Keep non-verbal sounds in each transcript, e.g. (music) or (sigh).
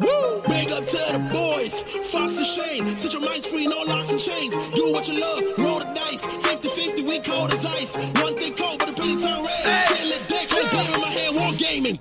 Big up to the boys, Fox and Shane. Set your minds free, no locks and chains. Do what you love, roll the dice. 50 50, we cold as ice. One thing cold, but the penny turn red. Hey. Kill it, dick, shit, game in my hand, war gaming.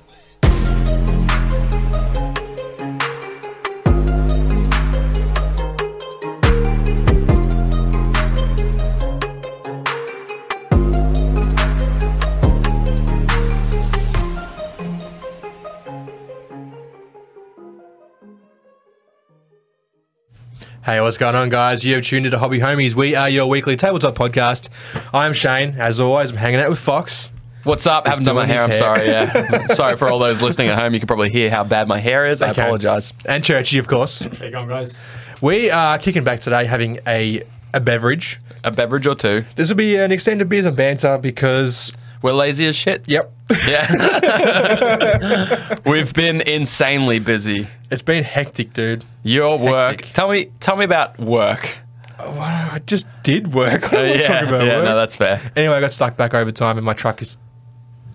Hey, what's going on, guys? You have tuned into Hobby Homies. We are your weekly tabletop podcast. I'm Shane. As always, I'm hanging out with Fox. What's up? Haven't done my doing hair. I'm his sorry. hair. (laughs) Yeah, sorry for all those listening at home. You can probably hear how bad my hair is. I Okay. apologize. And Churchy, of course. There you go, guys. We are kicking back today, having a, a beverage. A beverage or two. This will be an extended beers and banter because, We're lazy as shit. yep, (laughs) Yeah. We've been insanely busy. it's been hectic, dude. Your work. Hectic. Tell me. Tell me about work. Oh, I just did work. (laughs) I don't wanna Oh, yeah. talk about yeah. work. No, that's fair. Anyway, I got stuck back overtime, and my truck is.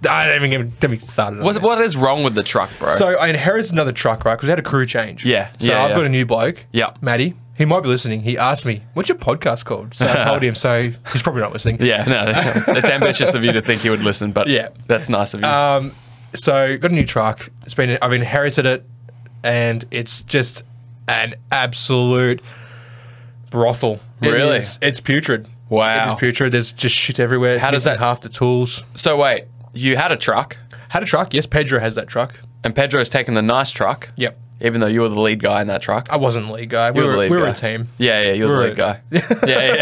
I don't even get, get me started. on What, that. what is wrong with the truck, bro? So I inherited another truck, right? Because we had a crew change. Yeah, So yeah, I've yeah. got a new bloke. Yeah. Matty. He might be listening. He asked me, "What's your podcast called?" So I (laughs) told him. So he's probably not listening. yeah. (laughs) No, it's ambitious of you to think you would listen, but Yeah. that's nice of you. Um. So got a new truck. It's been I've inherited it, and it's just an absolute brothel. It Really? is- it's putrid. Wow. It is putrid. There's just shit everywhere. It's How does missing that- half the tools? so wait, you had a truck, Had a truck. Yes, Pedro has that truck. and Pedro's taken the nice truck. Yep. Even though you were the lead guy in that truck. I wasn't the lead guy. We You're were, the lead we were guy. a team. Yeah, yeah, you're We were the (laughs) lead guy. yeah,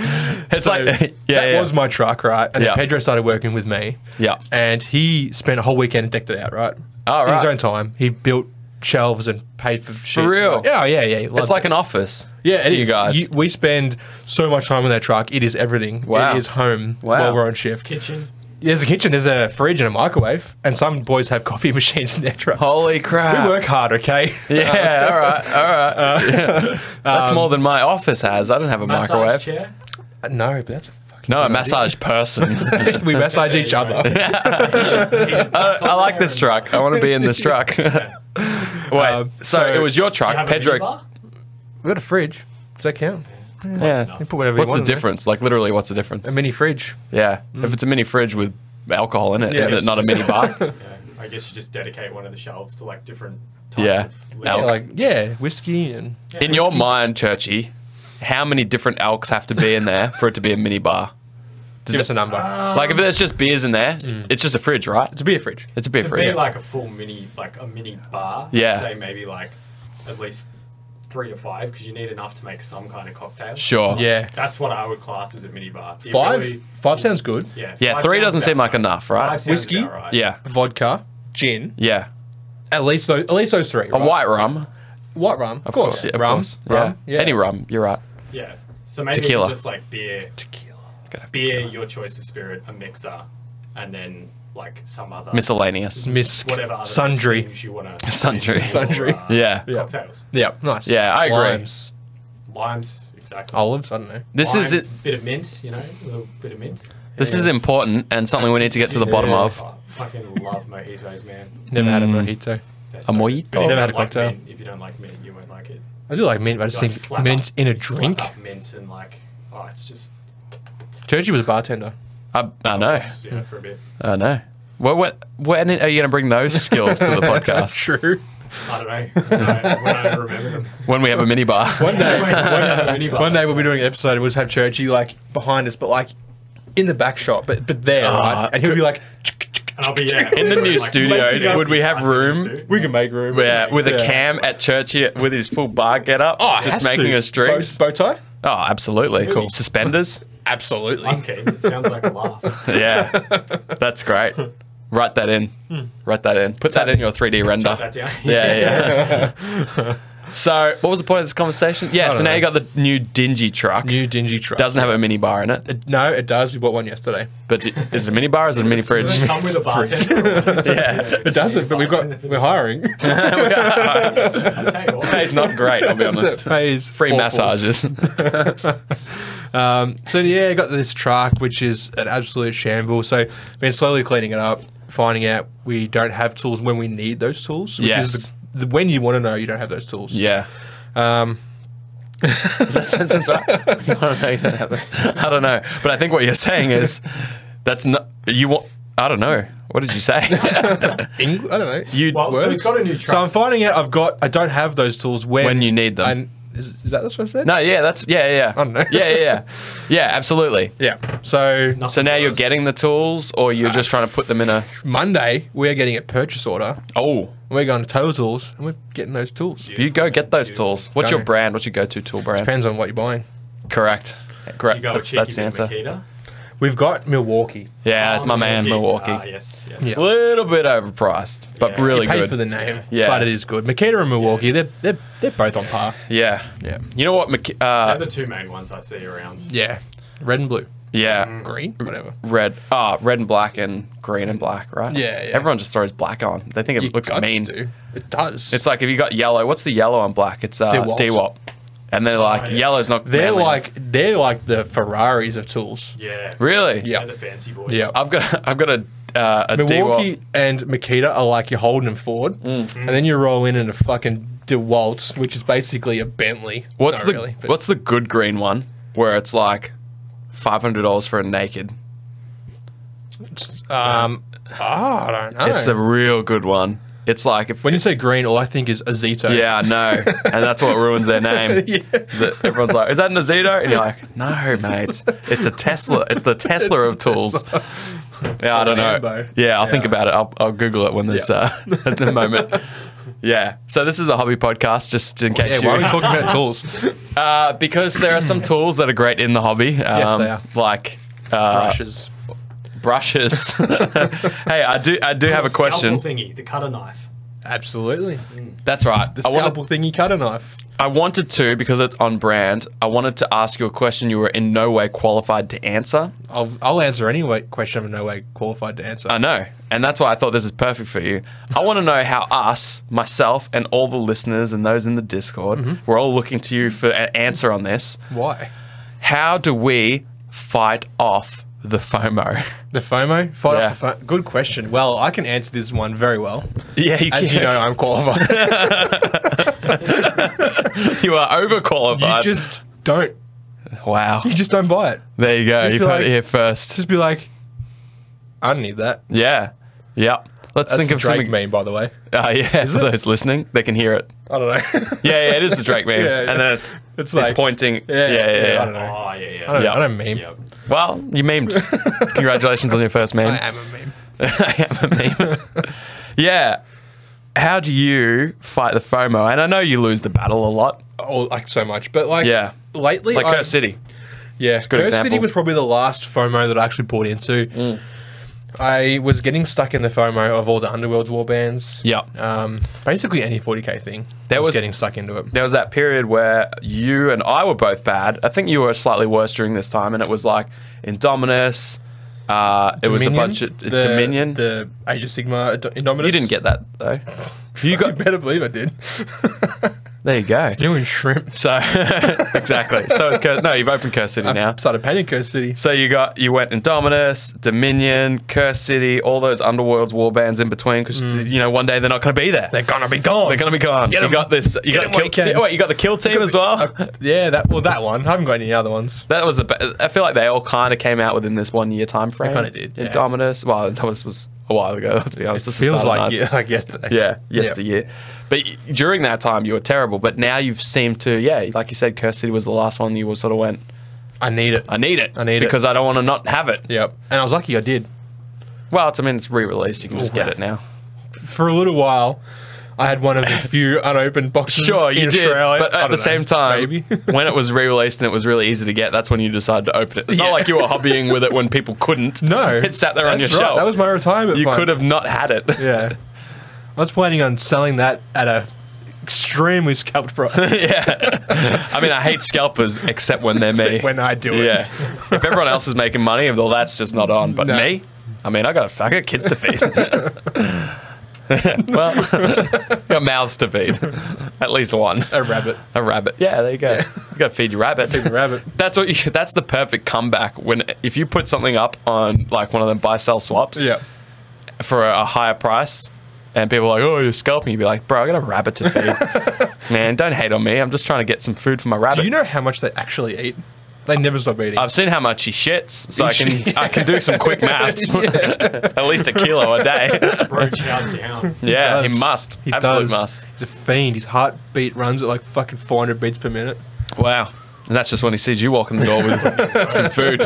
yeah. it's So like, (laughs) yeah, that yeah. was my truck, right? And Yeah. then Pedro started working with me. Yeah. And he spent a whole weekend and decked it out, right? Oh, In his right. own time. He built shelves and paid for shit. real? Yeah, yeah, yeah. it's like an office. Yeah, to it you is. guys. You- we spend so much time in that truck. It is everything. Wow. It is home Wow. while we're on shift. Kitchen. There's a kitchen, there's a fridge and a microwave, and some boys have coffee (laughs) machines in their truck. Holy crap! We work Uh, hard, okay? Oh, (laughs) Yeah, all right, all right. (laughs) uh, Yeah. (laughs) That's um, more than my office has. I don't have a Massage microwave. chair. no, but that's a (laughs) fucking. No, a massage (laughs) person. (laughs) we massage each other. I, I like this truck. I want to be in this (laughs) truck. Wait, Um, so, so- it was your You truck, have a Pedro. minibar? We've got a fridge. Does that count? It's close Yeah. enough. You put whatever you What's want the in there. difference? Like literally, what's the difference? A mini Mm. fridge. yeah, if it's a mini fridge with alcohol in it, Yeah. is it not a mini bar? (laughs) Yeah, I guess you just dedicate one of the shelves to like different types Yeah. of Yeah, Yeah, Elks. like yeah, whiskey and In your mind, Churchy, how many different elks have to be in there for it to be a mini bar? give us a number. Like, if there's just beers in there, Mm. it's just a fridge, right? Ah. it's a beer fridge. It's a beer Um, to fridge. be like a full mini, like a mini bar. Yeah. I'd say maybe like at least three to five because you need enough to make some kind of cocktail. sure. Yeah, That's what I would class as a mini bar. It five. really- Five sounds good. yeah. Yeah, five three sounds doesn't about seem like right. enough, Five right? sounds Whiskey? about right. Yeah. Vodka, gin. Yeah. At least those. At least those three. A right? white rum. white rum, of, course. Yeah, of rum, course. rum. Yeah. Any rum. You're right. Yeah. So maybe Tequila. just like beer, Gotta have beer, tequila. your choice of spirit, a mixer, and then like some other Miscellaneous. Mm. Misc, whatever other sundry. things you want (laughs) to Sundry. (laughs) Sundry. Yeah. Yeah. cocktails, Yeah, nice. Yeah, I agree. Limes, limes, exactly. olives. I don't know. Oh, This limes, is it. bit of mint, you know, a little bit of mint. This is important and something we need to get to the bottom Yeah. of. I fucking love mojitos, man. Never had a Mm. mojito. They're A good. mojito? But if you Never had don't a like cocktail. mint- If you don't like mint, you won't like it. I do like mint, but I just Like, think slap mint up- in a you slap drink. up mint and like, oh, it's just. Georgie was a bartender. I, I know. Yeah, for a bit. I know. What, what, when are you going to bring those skills to the (laughs) podcast? True. I don't know. When I, when I remember them. when we have a mini bar. (laughs) One day, When I have a one, mini bar. one day we'll be doing an episode. and We'll just have Churchy like behind us, but like in the back shop, but but there, Ah, right? And he'll be like, And I'll be yeah, I'll In the be new wearing, studio, lanky would we guys have in a room? suit. "We can make room." Yeah, with a Yeah. cam at church here with his full bar get up, oh, just Has making to. us drinks. Bow, bow tie? oh, absolutely. Cool. Suspenders. Absolutely. Okay, it sounds like (laughs) a laugh. yeah. That's great. Write that in. Write that in. Put that in your 3D render. Put that down. Yeah, yeah. so, what was the point of this conversation? Yeah, so don't now you know. got the new dingy truck. New dingy truck. Doesn't have a mini bar in it. no, it does. We bought one yesterday. But d- is it a mini bar or is it a mini fridge? Does it (laughs) come with a bartender? (laughs) yeah. It doesn't, but we've got we're hiring. I'll tell you what. It's not great, I'll be honest. Pays Free massages. (laughs) Um, so yeah, I got this truck, which is an absolute shambles. So been slowly cleaning it up, finding out we don't have tools when we need those tools, which Yes. is the the, when you want to know, you don't have those tools. Yeah. Um, is that sentence (laughs) right? I don't know. You don't have this. I don't know. But I think what you're saying is that's not you want. I don't know. What did (laughs) you say? Eng- I don't know. you Well, so he's got a new So I'm truck. finding out I've got I don't have those tools when When you need them. I, is, is that what I said? no, yeah, that's yeah, yeah. yeah. I don't know. Yeah, yeah, yeah, yeah, absolutely. Yeah. So Nothing So now you're does. getting the tools, or you're just trying to put them in a Monday we're getting a purchase order. oh. We're going to Total Tools and we're getting those tools. You go get those tools. What's Go. your brand? What's your go-to tool brand? Depends on what you're buying. Correct. You Correct. go That's, cheeky that's the bit answer. Makita. We've got Milwaukee. Yeah, it's Oh, my man, Milwaukee. Ah, yes, yes. Yeah. A little bit overpriced, but Yeah. really Paid good. for the name, Yeah. but it is good. Makita and Milwaukee, they're they're they're both on par. yeah, Yeah. You know what? Mc- They're uh, the two main ones I see around. Yeah. Red and blue. yeah, Green, whatever. red. Ah, red and black and green and black, right? Yeah, yeah. Everyone just throws black on. They think it You looks guts mean. do. It does. It's like if you got yellow. What's the yellow on black? It's uh, DeWalt. DWAP. And they're like, yeah. yellow's not. they're manly. like they're like the Ferraris of tools. Yeah. really. Yeah. They're the fancy boys. Yeah. I've got. I've got a. Uh, a Milwaukee DWAP. and Makita are like you're holding them forward, Mm. and then you roll in in a fucking DeWalt, which is basically a Bentley. What's Not the really, but- What's the good green one where it's like five hundred dollars for a naked? um? ah, I don't know. It's the real good one. It's like if when you say green, all I think is Azito. (laughs) Yeah, I know. and that's what ruins their name. The- everyone's like, is that an Azito? And you're like, no, mate. It's a Tesla. (laughs) It's the Tesla of tools. Yeah, I don't know. Lambo. Yeah, I'll think Yeah. about it. I'll, I'll Google it when there's uh, (laughs) at the moment. Yeah. So this is a hobby podcast, just in (laughs) Yeah, case why are we you. talking about tools? (laughs) uh, because there are some tools that are great in the hobby. Um, they are. Like uh, Brushes. brushes. (laughs) hey, I do. I do have a Scalpel question. thingy, the cutter knife. Absolutely. That's right. The I wanna- scalpel thingy cutter knife. I wanted to because it's on brand. I wanted to ask you a question you were in no way qualified to answer. I'll, I'll answer any way, question I'm in no way qualified to answer. I know, and that's why I thought this is perfect for you. I want to know how us, myself, and all the listeners and those in the Discord, Mm-hmm. we're all looking to you for an answer on this. Why? How do we fight off (laughs) the FOMO? The FOMO? Fight Yeah. off the FOMO? Good question. Well, I can answer this one very well. Yeah, you, As you can- know, I'm (laughs) qualified. you are overqualified. you just don't. wow. You just don't buy it. There you go. just You've be heard like- it here first. Just be like, I don't need that. yeah. Yep. Let's That's think the of Drake something. meme, by the way. Uh, yeah, for those listening, they can hear it. I don't know. (laughs) Yeah, yeah, it is the Drake meme. Yeah, yeah. And then it's It's it's, like- pointing. Yeah, Yeah, yeah, yeah. yeah, I don't know. Oh, yeah, yeah. I don't, Yeah. I don't meme. Yep. Well, (laughs) you memed. Congratulations on your first meme. I am a meme. I am a meme. (laughs) yeah. How do you fight the FOMO? And I know you lose the battle a lot. Oh, like so much. But like, Yeah. lately, Like uh, I've- Curse City. Yeah, good Curse example. Mm. City was probably the last FOMO that I actually bought into. I was getting stuck in the FOMO of all the Underworld war bands. Yeah. Um, basically any 40k thing. There I was, was- getting stuck into it. There was that period where you and I were both bad. I think you were slightly worse during this time, and it was like Indominus. Uh, it was a bunch of the, Dominion. the Age of Sigma, Ad- Indominus. you didn't get that though. (laughs) You You got better believe I did. there. (laughs) You go. You and shrimp. So (laughs) exactly. So it's Cur- no, you've opened Curse City (laughs) now. Started painting Curse City. So you got you went Indominus, Dominion, Curse City, all those Underworlds war bands in between because you know one day they're not going to be there. They're gonna be gone. gonna be gone. Mm. Get you 'em. got this. You Get 'em got while you uh, kill, can. wait. You got the kill team as well. (laughs) yeah, that well that one. I haven't got any other ones. that was the. Be- I feel like they all kind of came out within this one year time frame. kinda did, yeah. Indominus. Well, Indominus was a while ago. (laughs) Let's be honest. This is Feels started like on- yeah, like yesterday. Yeah, yesteryear. But y- during that time, you were terrible. But now you've seemed to, yeah, like you said, Curse City was the last one you sort of went, I need it. I need it. I need it. Because I don't want to not have it. Yep. And I was lucky I did. Well, it's, I mean, it's re released. You can just Ooh, get wow. it now. For a little while I had one of (coughs) the few unopened boxes. Sure, you in did. Australia. But I at don't the know, same time, maybe. (laughs) (laughs) when it was re released and it was really easy to get, that's when you decided to open it. It's Yeah. not (laughs) like you were hobbying with it when people couldn't. No. (laughs) It sat there on your That's right, shelf. That was my retirement you fund. could have not had it. Yeah. I was planning on selling that at a extremely scalped (laughs) price (laughs) I mean, I hate scalpers except (laughs) when they're (laughs) me. when I do it. (laughs) yeah. if everyone else is making money, well, that's just not on. But No. me? I mean, I got a I got kids (laughs) to feed. (laughs) well, (laughs) got mouths to feed. At least one. A rabbit. A rabbit. Yeah, there you go. You got to feed your rabbit. Feed the rabbit. (laughs) That's what. You, that's the perfect comeback when if you put something up on like one of them buy sell swaps Yeah. for a, higher price, And people are like, oh, you're scalping. You'd be like, bro, I got a rabbit to feed. Man, don't hate on me. I'm just trying to get some food for my rabbit. Do you know how much they actually eat? They never stop eating. I've seen how much he shits, so I He can I can do some quick maths. (laughs) At least a kilo a day. Bro chows (laughs) down. Yeah, does. he must. Absolutely does. must. He's a fiend. His heartbeat runs at like fucking 400 beats per minute. Wow. And that's just when he sees you walk in the door with (laughs) some (laughs) food.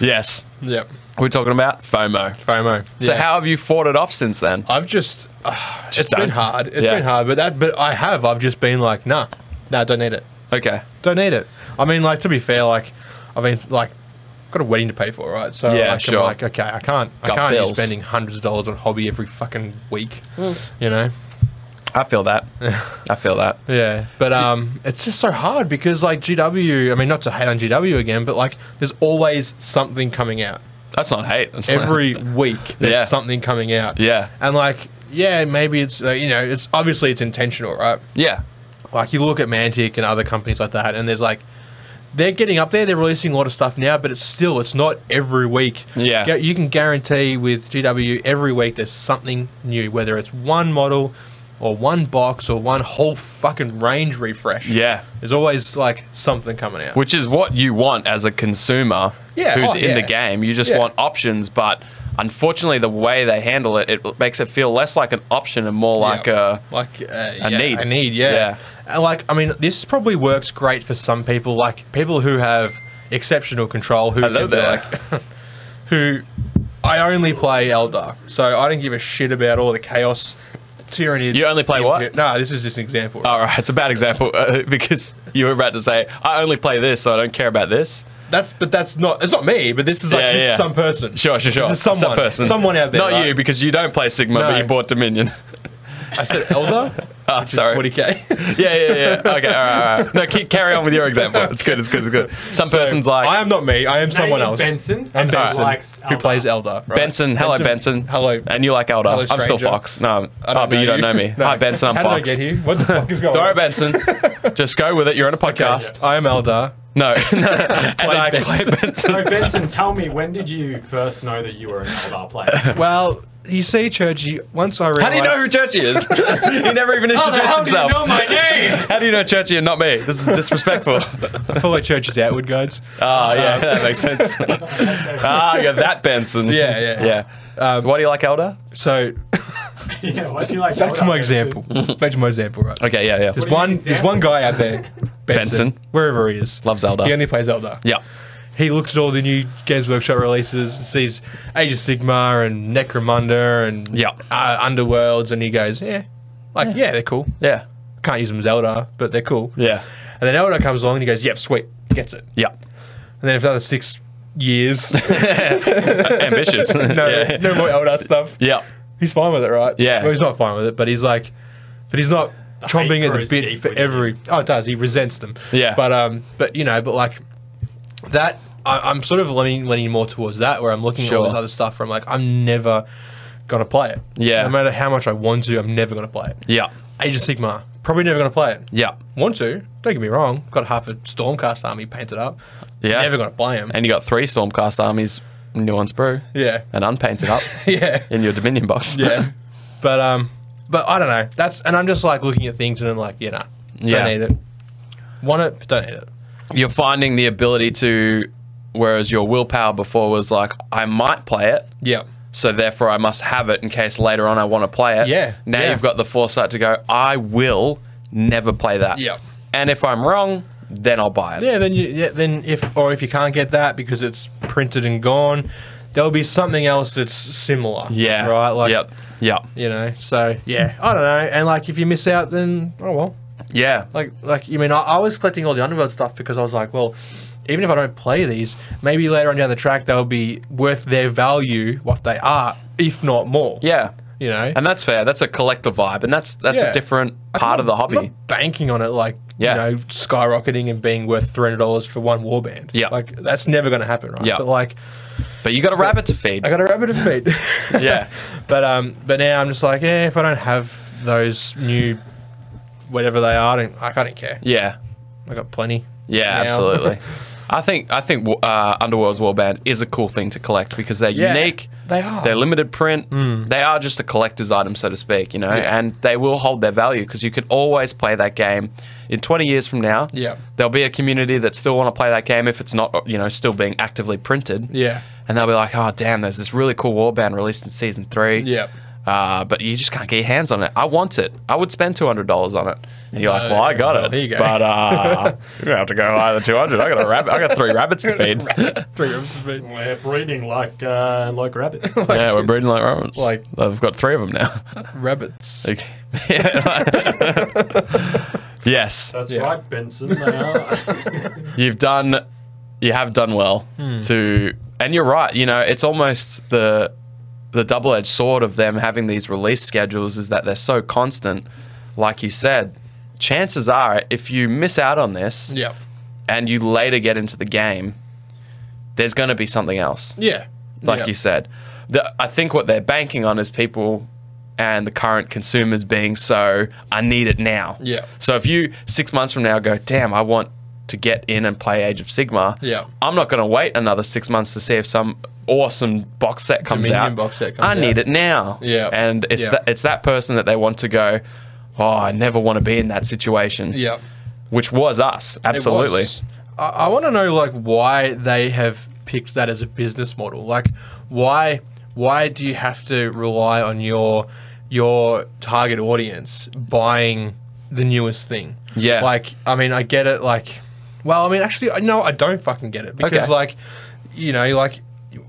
yes. Yep. We're talking about FOMO. FOMO. So Yeah. how have you fought it off since then? I've just, uh, it's done. been hard. It's Yeah. been hard, but that, but I have. I've just been like, nah, nah, don't need it. Okay. Don't need it. I mean, like to be fair, like, I mean, like, I've got a wedding to pay for, right? So Yeah, like, sure. I'm like, okay, I can't, I Got can't bills. be spending hundreds of dollars on a hobby every fucking week. You know. I (laughs) feel that. I feel that. Yeah, but um, it's just so hard because like GW. I mean, not to hate on GW again, but like, there's always something coming (laughs) out That's not hate. That's not- every week. There's Yeah. something coming out. Yeah. and like, yeah, maybe it's uh, you know, it's obviously it's intentional, right? (laughs) Yeah. Like you look at Mantic and other companies like that, and there's like. They're getting up there. They're releasing a lot of stuff now, but it's still it's not every week. Yeah. Gu- you can guarantee with GW every week there's something new, whether it's one model, or one box, or one whole fucking range refresh. Yeah. There's always like something coming out. Which is what you want as a consumer Yeah, who's oh, in the yeah. game. You just Yeah. want options, but unfortunately the way they handle it, it makes it feel less like an option and more like Yeah. a like uh, a yeah, need. A need, yeah. Yeah. And, like I mean, this probably works great for some people, like people who have exceptional control, who Hello can be there. like who I only play Eldar, so I don't give a shit about all the chaos. Tyranny. You only play what? No, this is just an example. All right, it's a bad example uh, (laughs) because you were about to say, "I only play this, so I don't care about this." That's but that's not. It's not me. But this is like Yeah, this yeah. is some person. Sure, sure, sure. This is someone. Some person. Someone out there. Not right? you, because you don't play Sigma, but No. you bought Dominion. I said (laughs) Eldar. oh, which is sorry. 40k. (laughs) yeah, yeah, yeah. Okay, all right, all right. No, keep, carry on with your example. It's good, it's good, it's good. Some person's like, I am not me. I am His name someone is else. Benson, I'm and he Benson, likes who Eldar. plays Eldar. right? Benson. Hello, Benson. Hello. And you like Elder. Hello, I'm still stranger. Fox. No, I don't oh, but you don't know me. (laughs) No. Hi, Benson. I'm How Fox. did I get here? What the fuck is going (laughs) Don't worry, on? (laughs) Benson. Just go with it. You're on a podcast. I am Eldar. No, (laughs) no. And I Benson. play Benson. So Benson, tell me, when did you first know that you were an Eldar player? (laughs) Well, you see, Churchy, once I realized... How do you know who Churchy is? (laughs) he never even introduced himself. my name? How do you know Churchy and not me? This is disrespectful. I follow Churchy's outward guides. (laughs) Ah, yeah, that makes sense. (laughs) ah, you're that Benson. Yeah, yeah. yeah. Um, Why do you like Elder? So, (laughs) yeah, why do you like back to (laughs) Eldar, my Benson? example. Back to my example, right? Okay, yeah, yeah. There's do you one, mean there's one guy out there, (laughs) Benson, Benson. wherever he is. Loves Eldar. He only plays Eldar. Yeah. He looks at all the new Games Workshop releases and sees Age of Sigmar and Necromunda and Yeah. uh, Underworlds, and he goes, yeah. Like, yeah, they're cool. Yeah. Can't use them as Eldar, but they're cool. Yeah. And then Eldar comes along and he goes, yep, sweet, gets it. Yeah. And then for another six years, (laughs) (laughs) Ambitious. no, yeah. no more Eldar stuff. Yeah. He's fine with it, right? Yeah. Well, he's not fine with it, but he's like, but he's not chomping hate at grows the bit deep for within every. Oh, it does. He resents them. Yeah. But um, but you know, but like that, I, I'm sort of leaning leaning more towards that, where I'm looking at all Sure. this other stuff, where I'm like, I'm never gonna play it. Yeah. No matter how much I want to, I'm never gonna play it. Yeah. Age of Sigma, probably never gonna play it. Yeah. Want to? Don't get me wrong. Got half a Stormcast army painted up. Yeah. Never gonna play him. And you got three Stormcast armies, nuance brew. yeah. And unpainted (laughs) up yeah. in your Dominion box. Yeah. (laughs) but um but I don't know. That's and I'm just like looking at things and I'm like, yeah, nah. Yeah. Don't need it. Want it, but don't need it. (laughs) You're finding the ability to, whereas your willpower before was like, I might play it. Yeah. so therefore I must have it in case later on I want to play it. Yeah, Now yeah. you've got the foresight to go, I will never play that. Yep. And if I'm wrong, then I'll buy it. Yeah, then you yeah, then if or if you can't get that because it's printed and gone, there'll be something else that's similar. Yeah. Right? Like Yep. Hmm. Yep. you know, so yeah. I don't know. And like if you miss out then oh well. Yeah. Like like you mean I, I was collecting all the underworld stuff because I was like, well, even if I don't play these, maybe later on down the track they'll be worth their value, what they are, if not more. yeah. You know? And that's fair. That's a collector vibe, and that's that's a Yeah. different I'm part not- of the I'm hobby. not banking on it like Yeah. you know skyrocketing and being worth three hundred dollars for one warband. Yeah. like that's never going to happen, right? Yeah. But like, but you got a rabbit to feed. (laughs) I got a rabbit of feet. Yeah. but um, but now I'm just like, yeah, if I don't have those new, whatever they are, I don't, I can't care. yeah. I got plenty. Yeah, now. (laughs) absolutely. I think I think uh, Underworld's Warband is a cool thing to collect because they're Yeah. unique. They are. Hmm. They're limited print. They are just a collector's item, so to speak, you know, Yeah. and they will hold their value because you could always play that game in 20 years from now. Yeah. There'll be a community that still want to play that game if it's not, you know, still being actively printed. Yeah. And they'll be like, oh, damn, there's this really cool warband released in season three. Yep. Uh, but you just can't get your hands on it. I want it. I would spend two hundred dollars on it. And you're like, well, I got Well, Uh, (laughs) it. there you go. But uh, you're gonna have to go higher than two hundred. I got a rabbit. I got three (laughs) rabbits to feed. Three rooms to feed. We're breeding like uh, (laughs) like rabbits. yeah, we're breeding like rabbits. Like- I've got three of them now. (laughs) Rabbits. Like- (laughs) yes, That's Yeah. right, Benson. They are. (laughs) you've done, you have done well to, and you're right. You know, it's almost the the double edged sword of them having these release schedules is that they're so constant. Like you said, chances are if you miss out on this Yep. and you later get into the game, there's going to be something else. Yeah. like Yep. you said. The, I think what they're banking on is people and the current consumers being so, I need it now. Yeah. So if you six months from now go, damn, I want to get in and play Age of Sigma. Yeah. I'm not going to wait another six months to see if some awesome box set comes Dominion out. box set I comes out. need it now. Yeah. And it's Yeah. that it's that person that they want to go. Oh, I never want to be in that situation. Yep. Which was us. It Absolutely. was. I, I want to know like why they have picked that as a business model. Like why why do you have to rely on your your target audience buying the newest thing? Yeah. Like I mean I get it. Like well I mean actually I no I don't fucking get it because Okay. like you know like.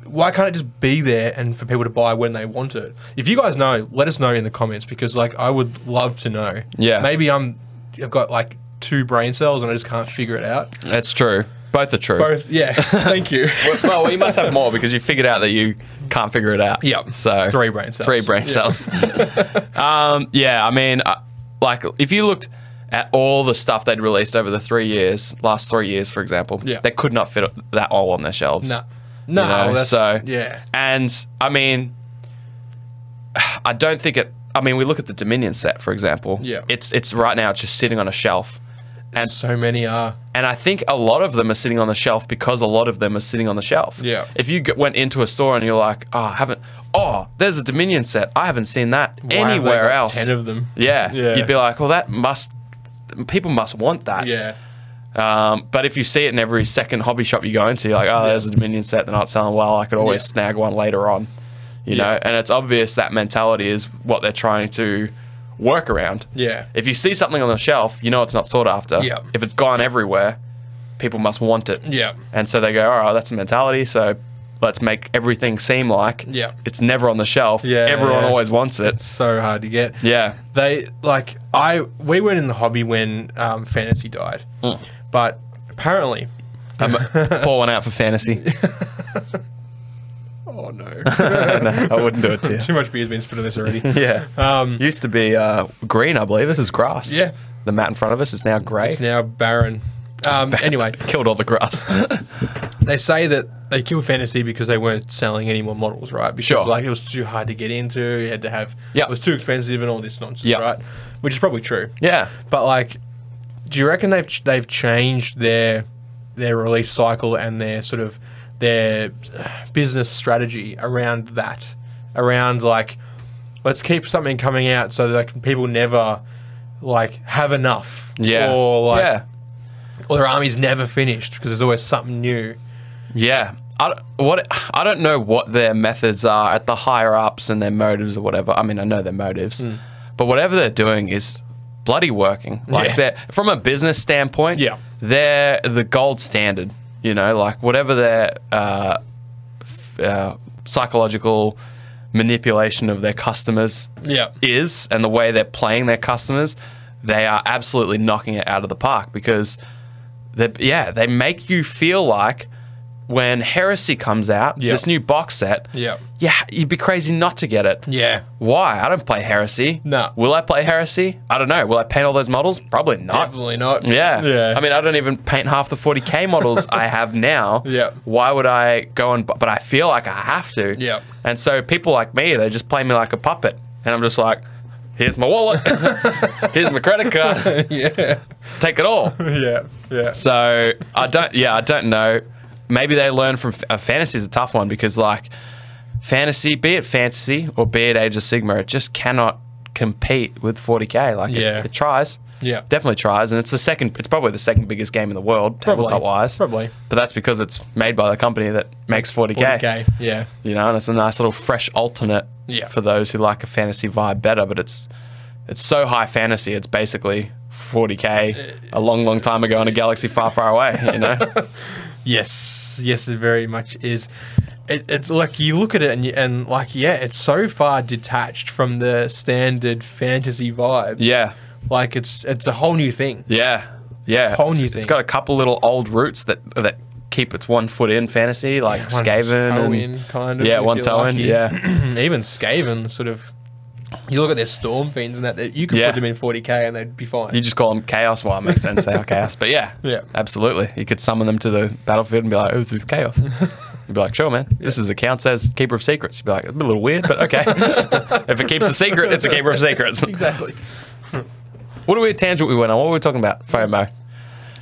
Why can't it just be there and for people to buy when they want it? If you guys know, let us know in the comments because like I would love to know. Yeah. Maybe I'm I've got like two brain cells and I just can't figure it out. That's true. Both are true. Both, (laughs) yeah. Thank you. well, well, you must have more because you figured out that you can't figure it out. Yep. So Three brain cells. Three brain Yeah. (laughs) cells. um, yeah, I mean, uh, like if you looked at all the stuff they'd released over the three years, last three years, for example, Yeah. they could not fit that all on their shelves. No, You no. know, that's, so yeah, and I mean, I don't think it. I mean, we look at the Dominion set, for example. Yeah. It's it's right now it's just sitting on a shelf. And so many are. and I think a lot of them are sitting on the shelf because a lot of them are sitting on the shelf. Yeah. If you g- went into a store and you're like, oh, I haven't, oh, there's a Dominion set. I haven't seen that Why have they anywhere got else. Ten of them. Yeah. Yeah. You'd be like, well, that must, people must want that. Yeah. Um, but if you see it in every second hobby shop you go into, you're like, oh, there's a Dominion set. They're not selling well. I could always Yeah. snag one later on. You Yeah. know, and it's obvious that mentality is what they're trying to work around. Yeah. If you see something on the shelf, you know it's not sought after. Yeah. If it's gone everywhere, people must want it. Yeah. And so they go, all right, that's a mentality. So let's make everything seem like Yeah. it's never on the shelf. Yeah, Everyone yeah. always wants it. So hard to get. (laughs) Yeah. They like I. We weren't in the hobby when um, fantasy died, Mm. but apparently. I'm pour one out for fantasy. Oh no! I wouldn't do it (laughs) to you. Too much beer's been spit on this already. (laughs) Yeah. Um, Used to be uh, green, I believe. This is grass. Yeah. The mat in front of us is now grey. it's now barren. Um, anyway, Killed all the grass. (laughs) they say that they killed fantasy because they weren't selling any more models, right? Because Sure. like it was too hard to get into, you had to have Yeah. it was too expensive and all this nonsense, Yeah. right? Which is probably true. yeah. But like do you reckon they've they've changed their their release cycle and their sort of their uh, business strategy around that? Around like let's keep something coming out so that people never like have enough. Yeah. Or like yeah. or their army's never finished because there's always something new. Yeah. I don't, what, I don't know what their methods are at the higher ups and their motives or whatever. I mean, I know their motives, but whatever they're doing is bloody working. Like Hmm. Yeah. they're from a business standpoint, Yeah. they're the gold standard. You know, like whatever their uh, f- uh, psychological manipulation of their customers Yeah. is and the way they're playing their customers, they are absolutely knocking it out of the park because they yeah, they make you feel like when Heresy comes out, Yeah. this new box set, Yeah. yeah, you'd be crazy not to get it. Yeah. Why? I don't play Heresy. No. Will I play Heresy? I don't know. Will I paint all those models? Probably not. Definitely not. Yeah. Yeah. I mean, I don't even paint half the 40K (laughs) models I have now. Yeah. Why would I go and, bu- but I feel like I have to. Yeah. And so people like me, they just play me like a puppet. And I'm just like, here's my wallet. (laughs) here's my credit card. (laughs) yeah. Take it all. (laughs) Yeah. Yeah. So I don't, yeah, I don't know. Maybe they learn from uh, fantasy is a tough one because, like, fantasy, be it fantasy or be it Age of Sigma, it just cannot compete with 40k. Like it- Yeah. it, tries, Yeah. definitely tries, and it's the second. It's probably the second biggest game in the world, Probably. tabletop wise. Probably. but that's because it's made by the company that makes 40k. 40K. Yeah. You know, and it's a nice little fresh alternate Yeah. for those who like a fantasy vibe better. But it's it's so high fantasy, it's basically 40k Uh, a long, long time ago in a galaxy far, far away. (laughs) You know. Yes, yes, it very much is. It, it's like you look at it and you, and like yeah, it's so far detached from the standard fantasy vibes. Yeah. like it's it's a whole new thing. Yeah, yeah. Whole It's- new It's thing. got a couple little old roots that that keep its one foot in fantasy, like One Skaven toe and in, kind of. yeah, if one you're toe in, lucky. (clears throat) yeah. even Skaven sort of. You look at their storm fiends and that that- you could Yeah. put them in 40k and they'd be fine. you just call them chaos. Well, it makes sense they are chaos, but yeah, Yeah. absolutely. You could summon them to the battlefield and be like, "Oh, there's (laughs) chaos." You'd be like, "Sure, man. This is a count says keeper of secrets." You'd be like, "A little weird, but (laughs) okay. if it keeps a secret, it's a keeper of secrets." exactly. What a weird tangent we went on. What were we talking about? FOMO.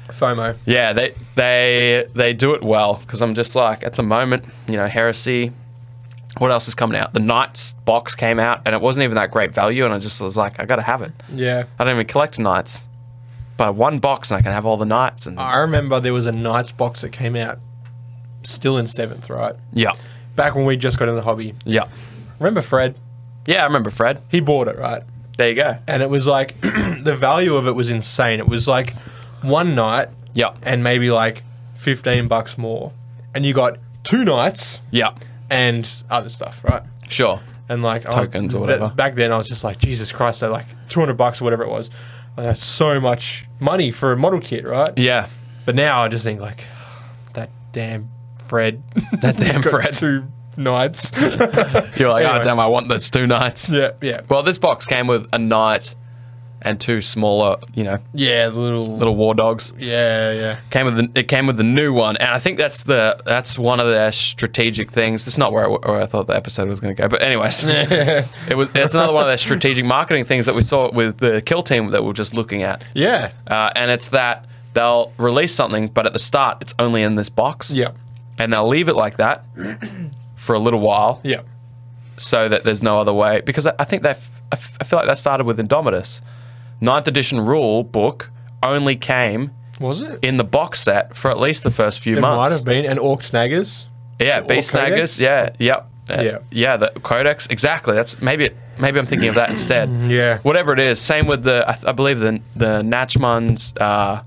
FOMO. Yeah, they they they do it well because I'm just like at the moment, you know, heresy. What else is coming out? The Knights box came out, and it wasn't even that great value, and I just was like, I gotta have it. Yeah. I don't even collect Knights, but one box and I can have all the Knights and I remember there was a Knights box that came out still in seventh, right? yeah, Back when we just got in the hobby. yeah, Remember Fred? yeah. I remember Fred. He bought it, right? There you go. and it was like (clears throat) the value of it was insane. It was like one night, Yeah. and maybe like fifteen bucks more, and you got two nights Yeah, and other stuff, right? sure. And like I was- Tokens or ba- whatever. Back then, I was just like, Jesus Christ! They're like two hundred bucks or whatever it was. Like, that's so much money for a model kit, right? (laughs) Yeah, But now I just think like that damn Fred, (laughs) that damn got Fred. two (laughs) nights. You're like, Anyway. oh damn, I want those two Knights. yeah, yeah, Well, this box came with a Knight and two smaller, you know, yeah. The little, little war dogs. yeah, yeah. Came with the, it came with the new one, and I think that's the that's one of their strategic things. That's not where I, where I thought the episode was going to go, but (laughs) anyways, it was. It's another one of their strategic marketing things that we saw with the kill team that we are just looking at, Yeah. uh, and it's that they'll release something, but at the start, it's only in this box. Yeah. and they'll leave it (clears throat) like that for a little while, Yeah. so that there's no other way. Because I, I think that I f- I feel like that started with Indomitus, ninth edition rule book only came Was it? in the box set for at least the first few It might months. have been an orc snaggers. Yeah, Or beast Codex? snaggers. Yeah, yep. Uh, Yeah. yeah. The codex, exactly. That's maybe. It, maybe I'm thinking of that instead. Mm-hmm. Yeah. Whatever it is, same with the. I, th- I believe the the Natchman's uh,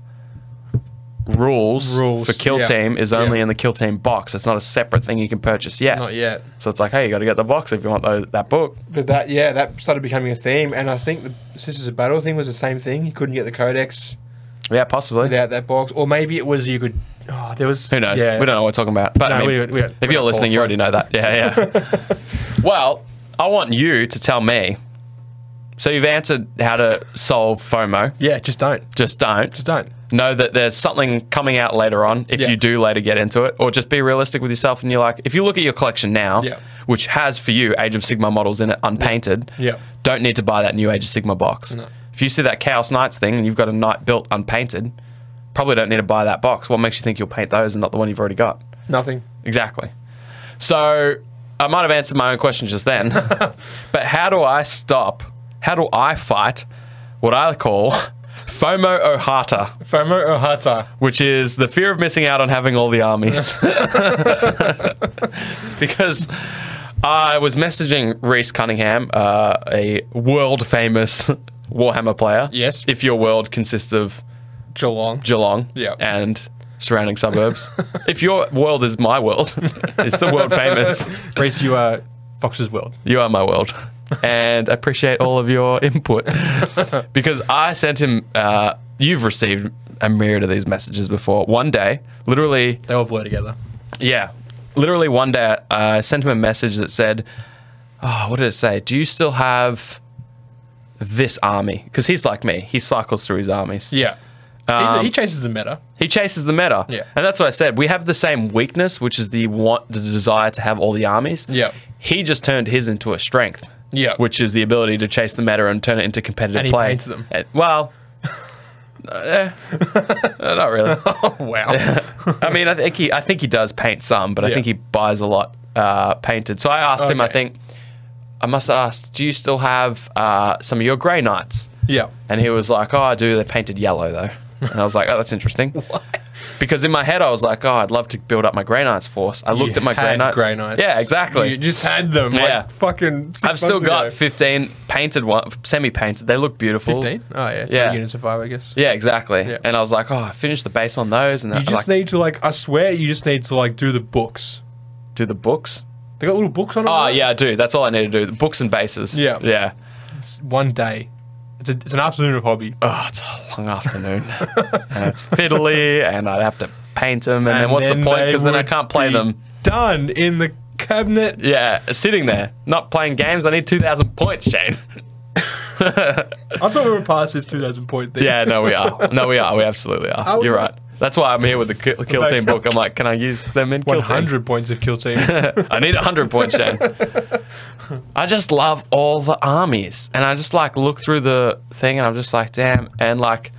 rules, Rules, for kill yeah. team is only Yeah. in the kill team box. It's not a separate thing you can purchase yet. Not yet. So it's like, hey, you got to get the box if you want those, that book. But that yeah, that started becoming a theme, and I think the Sisters of Battle thing was the same thing. You couldn't get the codex Yeah, possibly. without that box, or maybe it was you could. Oh, there was Who knows? Yeah. We don't know what we're talking about. But No, I mean, we don't- we don't- we if you're don't listening, you already know that. Yeah, yeah. (laughs) well, I want you to tell me. So you've answered how to solve FOMO. Yeah, just don't, Just don't. just don't. Know that there's something coming out later on if Yeah. you do later get into it, or just be realistic with yourself. And you're like, if you look at your collection now, Yeah. which has for you Age of Sigma models in it unpainted, Yeah. don't need to buy that new Age of Sigma box. If you see that Chaos Knights thing and you've got a knight built unpainted, probably don't need to buy that box. What makes you think you'll paint those and not the one you've already got? Nothing. Exactly. So I might have answered my own question just (laughs) then, but how do I stop? How do I fight what I call (laughs) FOMO Ohata, FOMO or Hata. which is the fear of missing out on having all the armies? (laughs) because I was messaging Reese Cunningham, uh, a world famous (laughs) Warhammer player. Yes. If your world consists of Geelong. Geelong Yeah. and (laughs) surrounding suburbs. if your world is my world, (laughs) it's the world famous. Reese, you are Fox's world. You are my world. And I appreciate all of your input (laughs) because I sent him. Uh, you've received a myriad of these messages before. One day, literally, They all blur together. yeah, literally one day, I sent him a message that said, "Oh, what did it say? Do you still have this army?" Because he's like me; he cycles through his armies. Yeah. Um, he chases the meta. He chases the meta. Yeah. And that's what I said. We have the same weakness, which is the want the desire to have all the armies. Yeah. He just turned his into a strength. Yeah. Which is the ability to chase the meta and turn it into competitive And he play. paints them. And- well, (laughs) eh, (laughs) not really. Wow. (laughs) I mean, I think he I think he does paint some, but I Yeah. think he buys a lot uh, painted. So I asked him. I Okay. think I must have asked, do you still have uh, some of your grey knights? Yeah. And he was like, oh, I do. They're painted yellow though. And I was like, oh, that's (laughs) interesting. Because in my head, I was like, oh, I'd love to build up my Grey Knights force. I looked You at my Grey had Knights. Grey Knights. Yeah, exactly. You just had them. Like, Yeah. Fucking. i I've still got 15 painted one, semi-painted. They look beautiful. fifteen. Oh yeah. Yeah. Three units of five, I guess. Yeah, exactly. Yeah. And I was like, oh, I finished the base on those, and You I just like need to like. I swear, you just need to like do the books. do the books. They got little books on. Oh it. yeah, I do. That's all I need to do. The books and bases. Yeah. yeah. It's one day. It's, a, it's an afternoon of hobby. Oh, it's a long (laughs) afternoon, and it's fiddly, and I'd have to paint them, and, then what's the point? they Because then I would can't play be them. Done in the cabinet. Yeah, sitting there, not playing games. I need two thousand points, Shane. (laughs) I thought we were past this two thousand point thing. (laughs) Yeah, no, we are. No, we are. We absolutely are. would You're like- right. That's why I'm here with the Kill, kill Back- Team book. I'm like, can I use them in Kill One Team? hundred points of kill (laughs) team. I need 100 points, Shane. I just love all the armies. And I just like look through the thing and I'm just like, damn. And like,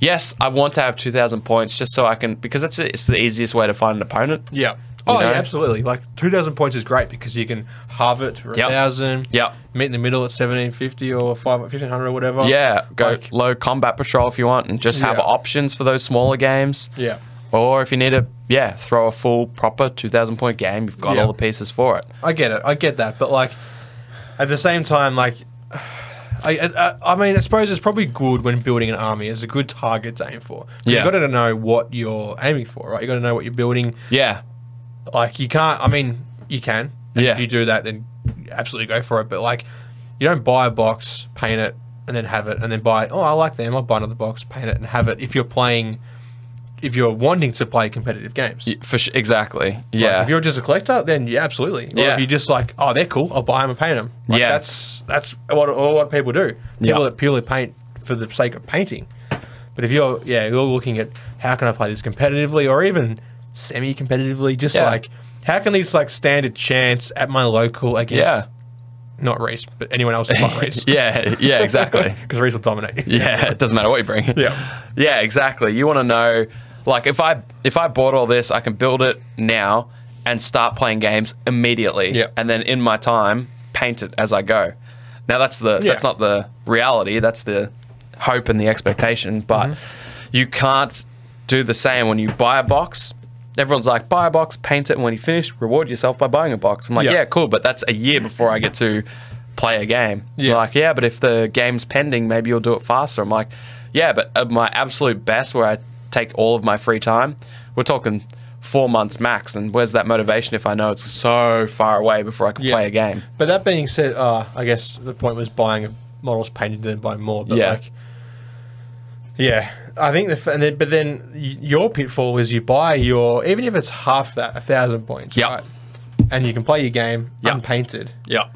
yes, I want to have 2,000 points just so I can, because it's, it's the easiest way to find an opponent. yeah. Oh know? yeah, absolutely. Like two thousand points is great because you can halve it for a Yep. thousand. Yep. Meet in the middle at seventeen fifty or five fifteen hundred or whatever. Yeah, go Like, low combat patrol if you want and just have Yeah. options for those smaller games. yeah. Or if you need to, yeah, throw a full, proper 2,000 point game, you've got Yeah. all the pieces for it. I get it. I get that. But like, at the same time, like, (sighs) I, I, I mean, I suppose it's probably good when building an army. It's a good target to aim for. Yeah. You've got to know what you're aiming for, right? You got to know what you're building. Yeah. Like, you can't. I mean, you can. And Yeah. If you do that, then absolutely go for it. But like, you don't buy a box, paint it, and then have it, and then buy. Oh, I like them. I'll buy another box, paint it, and have it. If you're playing, if you're wanting to play competitive games, For sh- exactly. like, Yeah. if you're just a collector, then yeah, absolutely. Or Yeah. if you're just like, oh, they're cool, I'll buy them and paint them. Like, Yeah. That's that's what all what people do. People Yeah. that purely paint for the sake of painting. But if you're yeah, you're looking at how can I play this competitively or even semi-competitively, just Yeah. like how can these like stand a chance at my local against Yeah. not race, but anyone else in (laughs) my race. (laughs) yeah. Yeah, (laughs) exactly. (laughs) Because race will dominate. Yeah, it doesn't matter what you bring. Yeah. Yeah, exactly. You want to know, like, if I if I bought all this, I can build it now and start playing games immediately, Yeah. and then in my time paint it as I go. Now that's the Yeah. that's not the reality. That's the hope and the expectation. But Mm-hmm. you can't do the same when you buy a box. Everyone's like, buy a box, paint it, and when you finish, reward yourself by buying a box. I'm like, Yeah. yeah, cool, but that's a year before I get to play a game. Yeah. Like, yeah, but if the game's pending, maybe you'll do it faster. I'm like, yeah, but at my absolute best, where I take all of my free time, we're talking four months max. And where's that motivation if I know it's so far away before I can Yeah. play a game? But that being said, uh, I guess the point was buying models painted then buying more. But Yeah. like, yeah, I think the f- and then, but then y- your pitfall is you buy your even if it's half that a thousand points, Yeah. right? And you can play your game Yeah. unpainted. Yeah.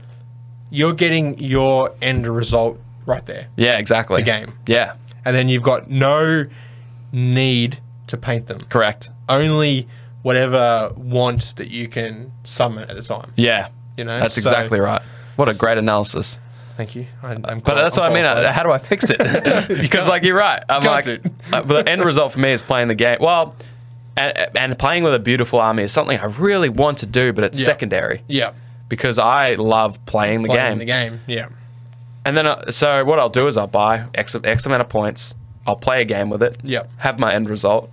You're getting your end result right there, Yeah, exactly. The game. Yeah, and then you've got no need to paint them. correct. Only whatever want that you can summon at the time. Yeah. You know, that's so- exactly right. What a great analysis. Thank you. I, I'm But that's what I mean. uh, How do I fix (laughs) it? (laughs) Because like you're right. I'm can't like do it. uh, the end result for me is playing the game. Well, and, and playing with a beautiful army is something I really want to do, but it's Yeah. secondary Yeah. because I love playing the Playing game. The game. Yeah. And then uh, so what I'll do is I'll buy x x amount of points. I'll play a game with it. Yep. Have my end result,